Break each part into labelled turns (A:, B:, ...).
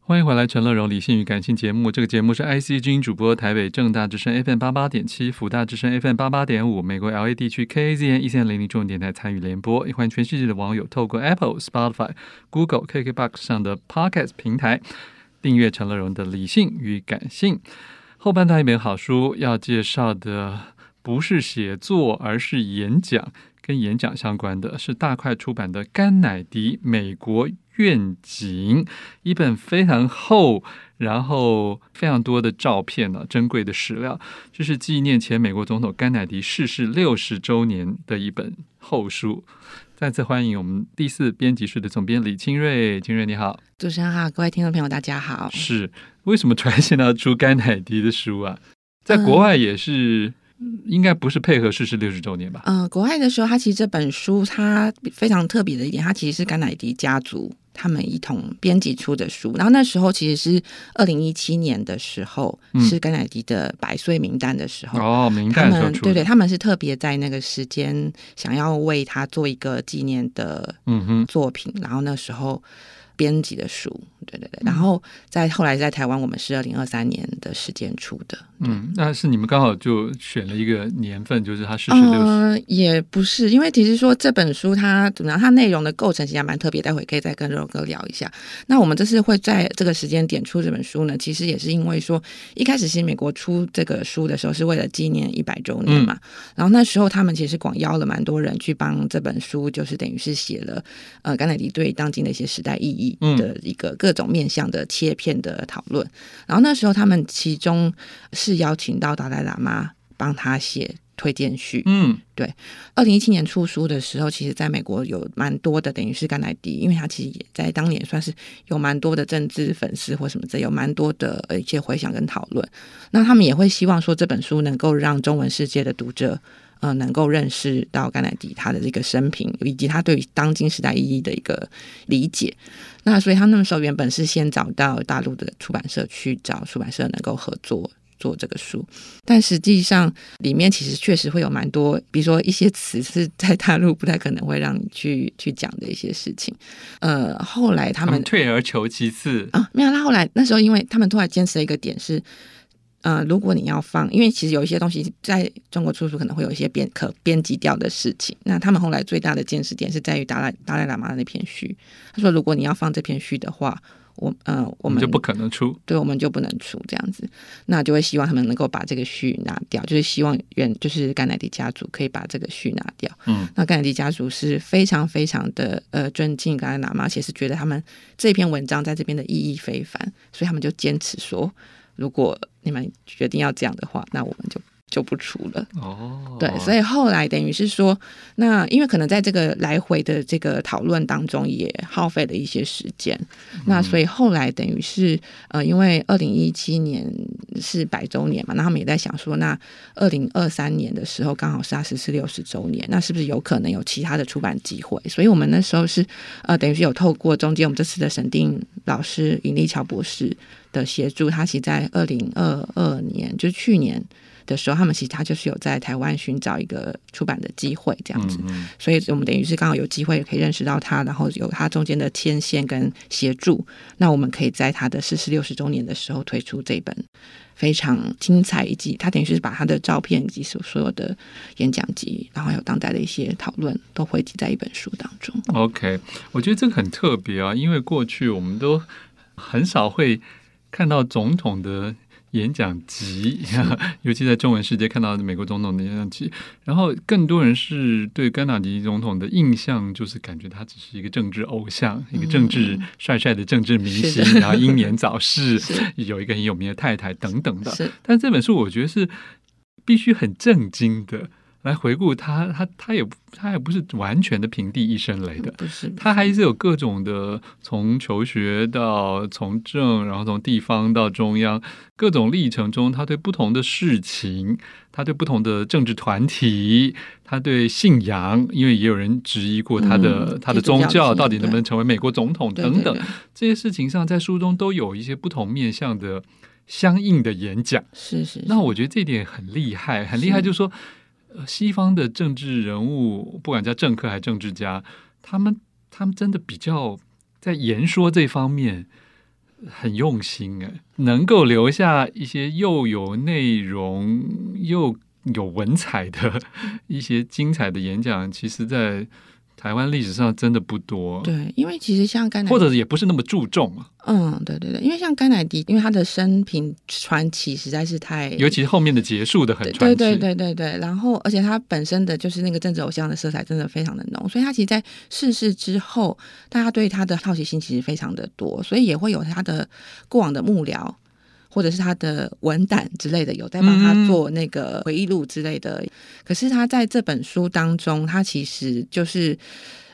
A: 欢迎回来，《陈乐荣理性与感性》节目。这个节目是 IC 之音主播，台北正大之声 FM 八八点七、辅大之声 FM 八八点五、美国 LA 地区 KAZN 一 E 线零零中文电台参与联播。也欢迎全世界的网友透过 Apple、Spotify、Google、KKBox 上的 Podcast 平台订阅陈乐荣的《理性与感性》。后半段一本好书要介绍的不是写作，而是演讲，跟演讲相关的是大块出版的《甘乃迪美国愿景》，一本非常厚，然后非常多的照片呢、珍贵的史料，这是纪念前美国总统甘乃迪逝世六十周年的一本厚书。再次欢迎我们第四编辑室的总编李清瑞，清瑞你好，
B: 主持人好，各位听众朋友大家好。
A: 是为什么突然现在要出甘乃迪的书啊？在国
B: 嗯
A: 外也是，应该不是配合逝世六十周年吧？
B: 嗯、国外的时候，它其实这本书它非常特别的一点，它其实是甘乃迪家族他们一同编辑出的书。然后那时候其实是二零一七年的时候，
A: 嗯
B: 是甘乃迪的百岁名单的时候。
A: 哦，明
B: 嗯他
A: 代的时候
B: 们
A: 出
B: 对
A: 的，
B: 对，他们是特别在那个时间想要为他做一个纪念的
A: 嗯哼，
B: 作品，然后那时候编辑的书，对对对，然后在后来在台湾，我们是二零二三年的时间出的，
A: 嗯，那是你们刚好就选了一个年份，就是他逝世六十，
B: 嗯，也不是，因为其实说这本书它怎么样，它内容的构成其实还蛮特别，待会可以再跟肉哥聊一下。那我们这次会在这个时间点出这本书呢，其实也是因为说一开始其实美国出这个书的时候是为了纪念一百周年嘛，然后那时候他们其实广邀了蛮多人去帮这本书，就是等于是写了呃甘乃迪对当今的一些时代意义的一个各种面向的切片的讨论。然后那时候他们其中是邀请到达赖喇嘛帮他写推荐序，
A: 嗯
B: 二零一七年出书的时候，其实在美国有蛮多的，等于是甘乃迪，因为他其实也在当年算是有蛮多的政治粉丝或什么之类，有蛮多的呃一些回响跟讨论。那他们也会希望说，这本书能够让中文世界的读者。呃，能够认识到甘乃迪他的这个生平，以及他对于当今时代意义的一个理解。那所以他那时候原本是先找到大陆的出版社去找出版社能够合作做这个书，但实际上里面其实确实会有蛮多，比如说一些词是在大陆不太可能会让你去去讲的一些事情。呃，后来他
A: 他
B: 们
A: 们嗯退而求其次，
B: 啊，没有。他后来那时候，因为他们突然坚持了一个点是，呃，如果你要放，因为其实有一些东西在中国出书可能会有一些编可编辑掉的事情。那他们后来最大的坚持点是在于达赖达赖喇嘛的那篇序。他说，如果你要放这篇序的话，我呃，我
A: 我们
B: 们
A: 就不可能出，
B: 对我们就不能出这样子，那就会希望他们能够把这个序拿掉，就是希望原就是甘乃迪家族可以把这个序拿掉。
A: 嗯，
B: 那甘乃迪家族是非常非常的呃尊敬甘乃喇嘛，而且是觉得他们这篇文章在这边的意义非凡，所以他们就坚持说，如果你们决定要这样的话，那我们就就不出了。
A: 哦，
B: 对，所以后来等于是说，那因为可能在这个来回的这个讨论当中，也耗费了一些时间。那所以后来等于是呃，因为二零一七年是百周年嘛，那他们也在想说，那二零二三年的时候刚好是他十四六十周年，那是不是有可能有其他的出版机会？所以我们那时候是呃，等于是有透过中间我们这次的审定老师尹立桥博士的协助，他其实在二零二二年，就是去年。的时候，他们其实他就是有在台湾寻找一个出版的机会，这样子。
A: 嗯嗯
B: 所以我们等于是刚好有机会可以认识到他，然后有他中间的牵线跟协助，那我们可以在他的逝世六十周年的时候推出这本非常精彩，以及他等于是把他的照片以及所所有的演讲集，然后还有当代的一些讨论都汇集在一本书当中。
A: OK，我觉得这个很特别啊，因为过去我们都很少会看到总统的演讲集， 尤其在中文世界看到美国总统的演讲集。然后更多人是对甘乃迪总统的印象，就是感觉他只是一个政治偶像，一个政治帅帅的政治明
B: 嗯是
A: 星，
B: 的
A: 然后英年早逝，
B: 是
A: 有一个很有名的太太等等的。
B: 是，
A: 但这本书我觉得是必须很震惊的来回顾他，他他也不他也不是完全的平地一声雷的，
B: 不是
A: 他还是有各种的，从求学到从政，然后从地方到中央，各种历程中，他对不同的事情，他对不同的政治团体，他对信仰，因为也有人质疑过他的、
B: 嗯
A: 他的宗
B: 基督
A: 教
B: 教信仰
A: 到底能不能成为美国总统
B: 对
A: 等等，
B: 对对
A: 这些事情上，在书中都有一些不同面向的相应的演讲。
B: 是是。
A: 那我觉得这一点很厉害，很厉害，
B: 是
A: 就是说，呃西方的政治人物，不管叫政客还是政治家，他们他们真的比较在言说这方面很用心哎，能够留下一些又有内容又有文采的
B: 嗯
A: 一些精彩的演讲，其实，在台湾历史上真的不多，
B: 对，因为其实像甘乃
A: 或者也不是那么注重啊。
B: 嗯，对对对，因为像甘乃迪，因为他的生平传奇实在是太
A: 尤其是后面的结束的很传
B: 对
A: 奇，
B: 对对对对，然后而且他本身的就是那个政治偶像的色彩真的非常的浓，所以他其实，在逝世之后，大家对他的好奇心其实非常的多，所以也会有他的过往的幕僚。或者是他的文胆之类的，有在帮他
A: 嗯
B: 做那个回忆录之类的。可是他在这本书当中，他其实就是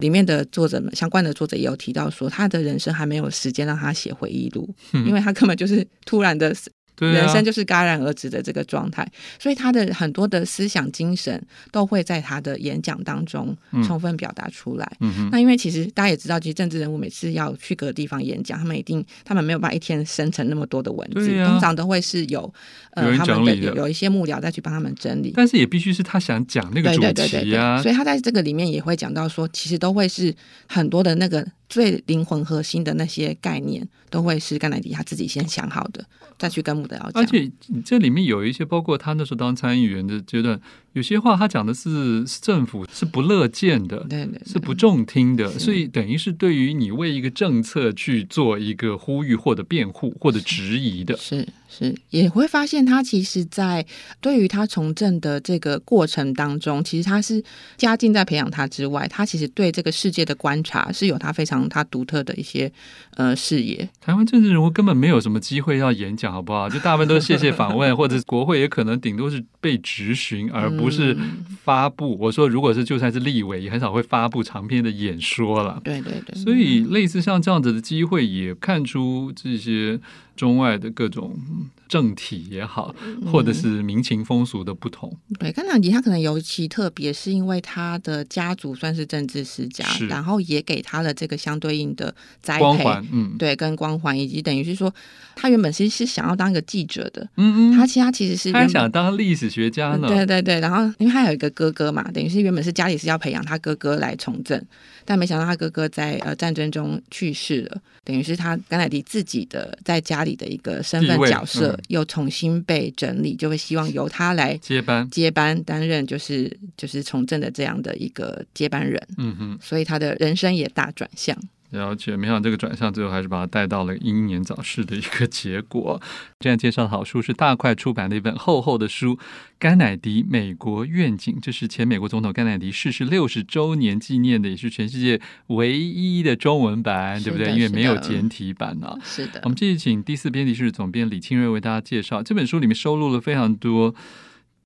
B: 里面的作者们相关的作者也有提到说，他的人生还没有时间让他写回忆录，因为他根本就是突然的
A: 对啊
B: 人生就是戛然而止的这个状态，所以他的很多的思想精神都会在他的演讲当中
A: 嗯
B: 充分表达出来。
A: 嗯哼，
B: 那因为其实大家也知道，其实政治人物每次要去各个地方演讲，他们一定他们没有办法一天生成那么多的文字，
A: 对啊
B: 通常都会是有
A: 有
B: 呃
A: 人
B: 他们
A: 整
B: 的
A: 理的
B: 有一些幕僚再去帮他们整理。
A: 但是也必须是他想讲那个
B: 对
A: 主
B: 对对对
A: 题
B: 对，
A: 啊，
B: 所以他在这个里面也会讲到说，其实都会是很多的那个最灵魂核心的那些概念，都会是甘乃迪他自己先想好的，再去跟幕僚讲。
A: 而且这里面有一些，包括他那时候当参议员的阶段，有些话他讲的是是政府是不乐见的，
B: 对对对
A: 是不中听的，
B: 是
A: 所以等于是对于你为一个政策去做一个呼吁或者辩护或者质疑的。
B: 是是，也会发现他其实在，对于他从政的这个过程当中，其实他是家境在培养他之外，他其实对这个世界的观察是有他非常他独特的一些呃视野。
A: 台湾政治人物根本没有什么机会要演讲，好不好？就大部分都是谢谢访问， 或者国会也可能顶多是被质询，而不是
B: 嗯
A: 发布。我说，如果是就算是立委，也很少会发布长篇的演说了。
B: 对对对，
A: 所以类似像这样子的机会，也看出这些中外的各种嗯政体也好，或者是民情风俗的不同。
B: 对甘乃迪他可能尤其特别，是因为他的家族算是政治世家
A: 是，
B: 然后也给他了这个相对应的栽
A: 光
B: 培。
A: 环，嗯
B: 对，跟光环，以及等于是说，他原本是是想要当一个记者的，
A: 嗯嗯，
B: 他其实他其实是
A: 他还
B: 原本
A: 想当历史学家呢。
B: 对对对，然后因为他有一个哥哥嘛，等于是原本是家里是要培养他哥哥来从政，但没想到他哥哥在呃战争中去世了，等于是他甘乃迪自己的在家里的一个身
A: 地
B: 份
A: 位
B: 角色、
A: 嗯
B: 又重新被整理，就会希望由他来
A: 接班，
B: 接班担任就是就是从政的这样的一个接班人，
A: 嗯哼，
B: 所以他的人生也大转向。
A: 了解。没想到这个转向最后还是把他带到了英年早逝的一个结果。这样介绍的好书是大块出版的一本厚厚的书《甘乃迪美国愿景》，这是前美国总统甘乃迪逝世六十周年纪念的，也是全世界唯一的中文版，对不对？
B: 是
A: 因
B: 的
A: 为没有
B: 是的
A: 简体版啊。
B: 是的
A: 我，们继续请第四编辑室总编李清瑞为大家介绍这本书里面收录了非常多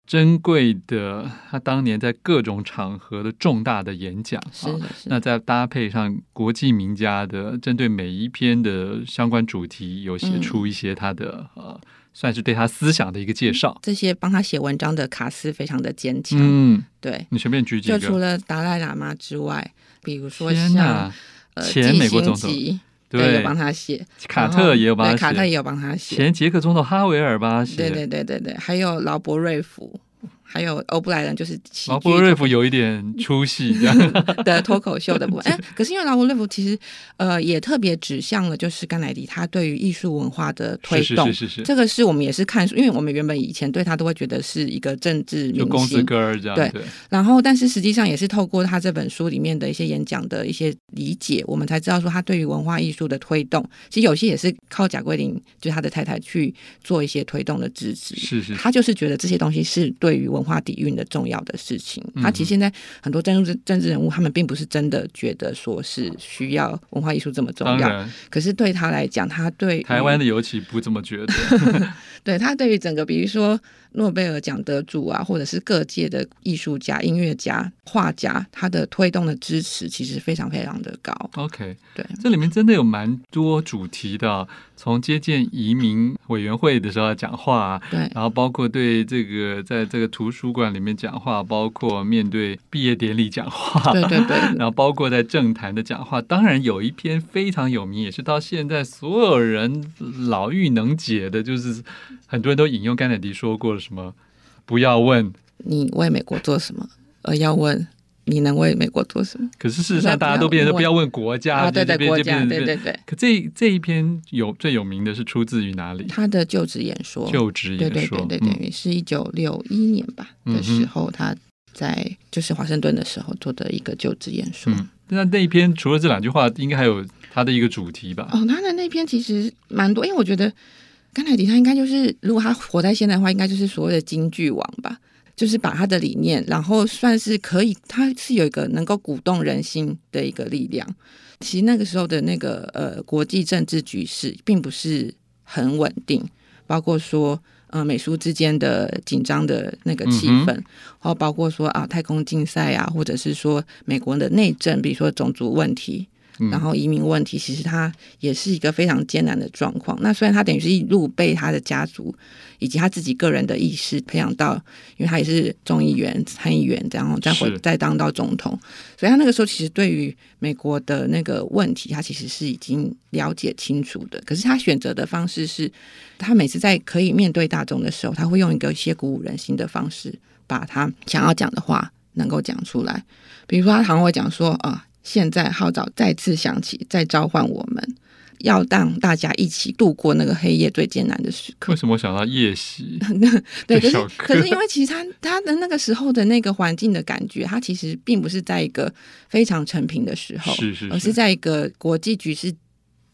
A: 珍贵的他当年在各种场合的重大的演讲
B: 是
A: 啊。
B: 的，是
A: 那
B: 的，
A: 再搭配上国际名家的，针对每一篇的相关主题，有写出一些他的、
B: 嗯
A: 呃，算是对他思想的一个介绍。
B: 这些帮他写文章的卡斯非常的坚强，
A: 嗯，
B: 对。
A: 你随便举几
B: 就除
A: 个。
B: 了达赖喇嘛之外，比如说
A: 天
B: 像
A: 哪，
B: 呃
A: 前
B: 纪
A: 美国
B: 星
A: 总统
B: 级对，
A: 对
B: 有，帮他写，
A: 卡
B: 然
A: 特
B: 后
A: 也有把
B: 对
A: 他
B: 卡特
A: 写，
B: 也有帮他写，
A: 前捷克总统哈维尔吧写，
B: 对对对对对，还有劳勃瑞福，还有欧布莱恩，就是喜
A: 劳勃
B: 剧
A: 瑞夫有一点出戏，这样
B: 的脱口秀的部 分。哎，可是因为劳勃瑞福其实呃也特别指向了就是甘乃迪他对于艺术文化的 推
A: 是
B: 动，
A: 是是是是，
B: 这个是我们也是看书，因为我们原本以前对他都会觉得是一个政治
A: 就
B: 明
A: 公子
B: 星，
A: 哥儿这样
B: 对
A: 对，
B: 然后，但是实际上也是透过他这本书里面的一些演讲的一些理解，我们才知道说他对于文化艺术的推动，其实有些也是靠贾桂林，就是他的太太去做一些推动的支持。
A: 是是是
B: 他就是觉得这些东西是对于文化底蕴的重要的事情。他其实现在很多政治政治人物，他们并不是真的觉得说是需要文化艺术这么重
A: 当
B: 要，嗯
A: 然，
B: 可是对他来讲，他对于
A: 台湾的尤其不这么觉得。
B: 对他对于整个，比如说诺贝尔奖得主啊，或者是各界的艺术家、音乐家、画家，他的推动的支持其实非常非常的高。
A: OK，
B: 对，
A: 这里面真的有蛮多主题的啊，从接见移民委员会的时候讲话啊、
B: 对
A: 然后包括对这个在这个图书馆里面讲话，包括面对毕业典礼讲话，
B: 对对对
A: 然后包括在政坛的讲话。当然有一篇非常有名，也是到现在所有人老妪能解的，就是很多人都引用甘乃迪说过了什么。不要问
B: 呃你为美国做什么？而要问你能为美国做什么？
A: 可是事实上，大家都变成
B: 那
A: 不要问国家，
B: 啊，对
A: 就
B: 对，国
A: 就变
B: 家，
A: 成
B: 对对。对，
A: 可这这一篇有最有名的是出自于哪里？
B: 他的就职演说，
A: 就职
B: 哦对
A: 演
B: 对
A: 说，
B: 对对
A: 嗯
B: 对，于是一九六一年吧
A: 嗯
B: 的
A: 哼
B: 时候，他在就是华盛顿的时候做的一个就职演说。
A: 嗯，那那一篇除了这两句话，应该还有它的一个主题吧？
B: 哦，他的那篇其实蛮多，因为我觉得甘乃迪他应该就是，如果他活在现在的话，应该就是所谓的京剧王吧，就是把他的理念，然后算是可以，他是有一个能够鼓动人心的一个力量。其实那个时候的那个呃国际政治局势并不是很稳定，包括说。呃，美苏之间的紧张的那个气
A: 嗯哼
B: 氛，然后包括说啊，太空竞赛啊，或者是说美国的内政，比如说种族问题，
A: 嗯
B: 然后移民问题，其实它也是一个非常艰难的状况。那虽然他等于是一路被他的家族以及他自己个人的意识培养到，因为他也是众议员、参议员，然后再回
A: 是
B: 再当到总统，所以他那个时候其实对于美国的那个问题，他其实是已经了解清楚的。可是他选择的方式是，他每次在可以面对大众的时候，他会用一个一些鼓舞人心的方式，把他想要讲的话能够讲出来。比如说，他常会讲说啊、现在号召再次响起，再召唤我们，要让大家一起度过那个黑夜最艰难的时刻
A: 为。什么我想到夜 袭？
B: 对，可
A: 小
B: 是
A: 哥
B: 可是因为其实他他的那个时候的那个环境的感觉，他其实并不是在一个非常成平的时候，
A: 是是是
B: 而是在一个国际局势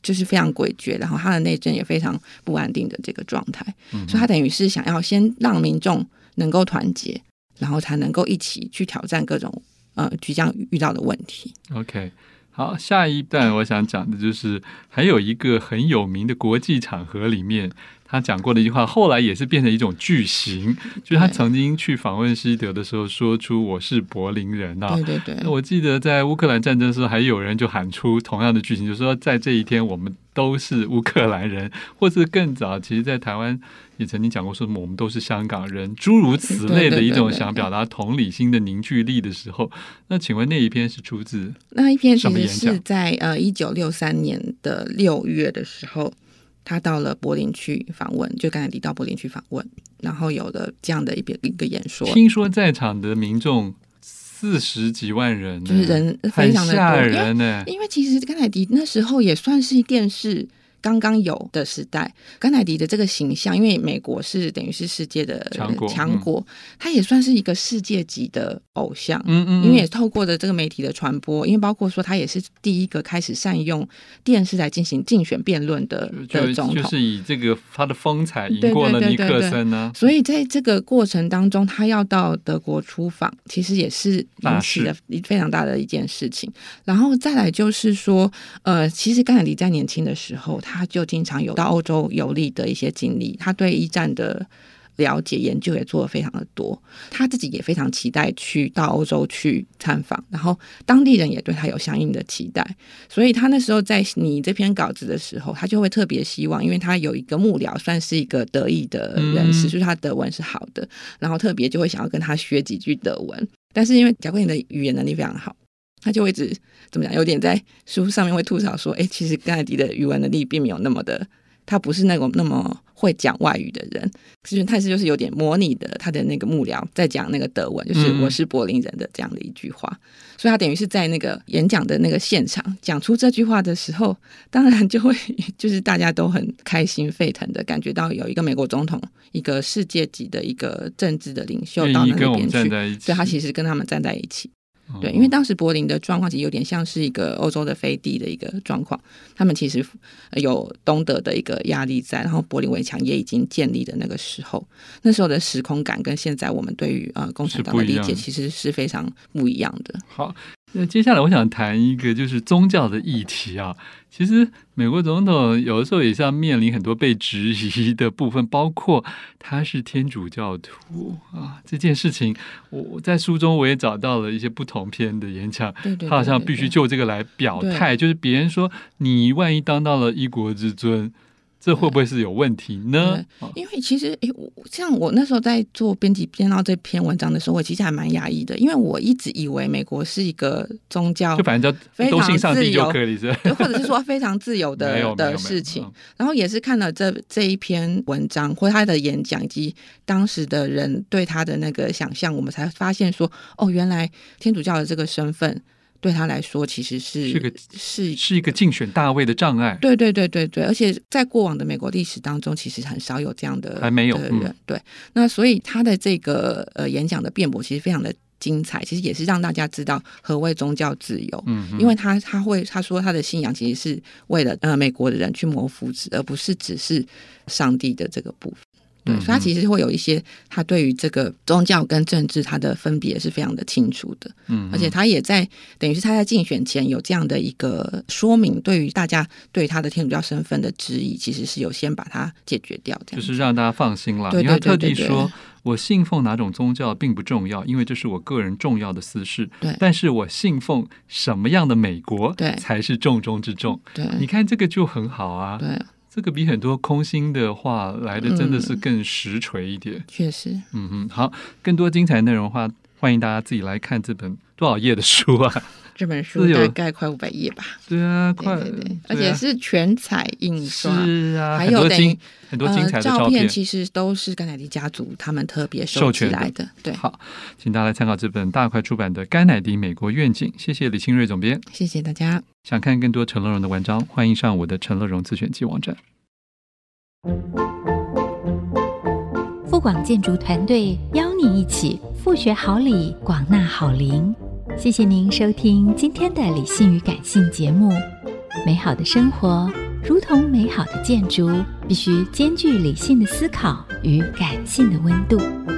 B: 就是非常诡谲，然后他的内政也非常不安定的这个状态，
A: 嗯
B: 所以他等于是想要先让民众能够团结，然后才能够一起去挑战各种呃即将遇到的问题。
A: OK，好，下一段我想讲的就是还有一个很有名的国际场合里面，他讲过的一句话，后来也是变成一种句型，就是他
B: 对
A: 曾经去访问西德的时候说出“我是柏林人”啊
B: 对。对对，
A: 那我记得在乌克兰战争的时候，还有人就喊出同样的句型，就是说在这一天我们都是乌克兰人， 或是更早，其实，在台湾也曾经讲过说我们都是香港人，诸如此类的一种
B: 对对对对
A: 想表达同理心的凝聚力的时候，那请问那一篇是出自
B: 那一篇其
A: 什么
B: 实
A: 演
B: 是
A: 讲
B: 在呃一九六三年的六月的时候，他到了柏林去访问，就刚才提到柏林去访问，然后有了这样的一篇一个演说，
A: 听说在场的民众四十几万人呢，
B: 就是人非
A: 很
B: 常的
A: 吓
B: 多，因为
A: 人呢。
B: 因为其实甘乃迪那时候也算是电视。刚刚有的时代，甘乃迪的这个形象，因为美国是等于是世界的
A: 强国
B: 强
A: 嗯
B: 国，他也算是一个世界级的偶像。
A: 嗯嗯，
B: 因为也透过的这个媒体的传播，因为包括说他也是第一个开始善用电视来进行竞选辩论的
A: 就
B: 的总
A: 就
B: 统，
A: 是以这个他的风采赢
B: 对
A: 过了
B: 对
A: 尼
B: 对
A: 克
B: 对
A: 森啊呢。
B: 所以在这个过程当中，他要到德国出访，其实也是
A: 大
B: 引起了一非常大的一件事情。然后再来就是说，呃，其实甘乃迪在年轻的时候，他就经常有到欧洲游历的一些经历，他对一战的。了解研究也做的非常的多，他自己也非常期待去到欧洲去参访，然后当地人也对他有相应的期待，所以他那时候在拟这篇稿子的时候，他就会特别希望，因为他有一个幕僚算是一个德意的人士，
A: 嗯
B: 就是他德文是好的，然后特别就会想要跟他学几句德文。但是因为贾桂林的语言能力非常好，他就会一直怎么讲，有点在书上面会吐槽说，哎，其实甘乃迪的语文能力并没有那么的，他不是那种那么会讲外语的人，其实他是就是有点模拟的他的那个幕僚在讲那个德文，就是
A: 嗯
B: 我是柏林人的这样的一句话。所以他等于是在那个演讲的那个现场讲出这句话的时候，当然就会 就是大家都很开心沸腾的感觉到有一个美国总统，一个世界级的一个政治的领袖
A: 愿
B: 到
A: 意
B: 那
A: 跟我
B: 边
A: 们站
B: 去。
A: 在一起，
B: 所以他其实跟他们站在一起，
A: 嗯
B: 对，因为当时柏林的状况其实有点像是一个欧洲的飞地的一个状况，他们其实呃有东德的一个压力在，然后柏林围墙也已经建立的那个时候，那时候的时空感跟现在我们对于呃共产
A: 是
B: 党
A: 不
B: 的
A: 一
B: 理
A: 样
B: 解
A: 的
B: 其实是非常不一样的。
A: 好，那接下来我想谈一个就是宗教的议题啊。其实美国总统有的时候也是要面临很多被质疑的部分，包括他是天主教徒啊这件事情。我我在书中我也找到了一些不同篇的演讲，
B: 对对，
A: 他好像
B: 对对
A: 必须
B: 对
A: 就这个来表态，就是别人说你万一当到了一国之尊，这会不会是有问题呢？哦
B: 因为其实，诶、我像我那时候在做编辑编到这篇文章的时候，我其实还蛮压抑的，因为我一直以为美国是一个宗教
A: 哦就，反正叫
B: 非
A: 都
B: 常
A: 信上帝
B: 自由
A: 就可以是吧
B: 对或者是说非常自由
A: 没有
B: 的
A: 没有没有
B: 的事情
A: 嗯。
B: 然后也是看了这这一篇文章或他的演讲以及当时的人对他的那个想象，我们才发现说，哦，原来天主教的这个身份对他来说其实是
A: 是个
B: 是
A: 是一个竞选大位的障碍。
B: 对对对对对，而且在过往的美国历史当中，其实很少有这样的
A: 还没有
B: 的
A: 嗯
B: 人。对，那所以他的这个呃演讲的辩驳其实非常的精彩，其实也是让大家知道何谓宗教自由。
A: 嗯哼，
B: 因为他他会他说他的信仰其实是为了呃美国的人去谋福祉，而不是只是上帝的这个部分。对，
A: 嗯
B: 所以他
A: 嗯
B: 其实会有一些他对于这个宗教跟政治他的分别是非常的清楚的。
A: 嗯哼
B: 而且他也在等于是他在竞选前有这样的一个说明，对于大家对他的天主教身份的质疑，其实是有先把它解决掉，这
A: 就
B: 样
A: 是
B: 子。
A: 让大家放心啦。
B: 对
A: 因为他
B: 对
A: 特
B: 对
A: 地
B: 对对
A: 说，我信奉哪种宗教并不重要，因为这是我个人重要的私事。
B: 对
A: 但是我信奉什么样的美国，
B: 对
A: 才是重中之重。
B: 对
A: 你看这个就很好啊，
B: 对，
A: 这个比很多空心的话来的真的
B: 嗯
A: 是更实锤一点。
B: 确实，
A: 嗯哼，好，更多精彩内容的话，欢迎大家自己来看这本多少页的书啊？
B: 这本
A: 是
B: 书
A: 有
B: 大概快五百页吧，
A: 对啊，快，
B: 对对对，而
A: 对
B: 且
A: 啊
B: 是全彩印刷。
A: 是啊，
B: 还
A: 很
B: 有
A: 多
B: 等于
A: 精很多精彩的
B: 呃、照
A: 片
B: 片其实都是甘乃迪家族他们特别
A: 授
B: 收集
A: 权的
B: 来的，对，
A: 好，请大家来参考这本大块出版的《甘乃迪美国愿景》。谢谢李清瑞总编。
B: 谢谢大家。
A: 想看更多陈乐融的文章，欢迎上我的陈乐融自选记网站。
C: 富广建筑团队邀你一起复学好礼，广纳好邻。谢谢您收听今天的理性与感性节目。美好的生活如同美好的建筑，必须兼具理性的思考与感性的温度。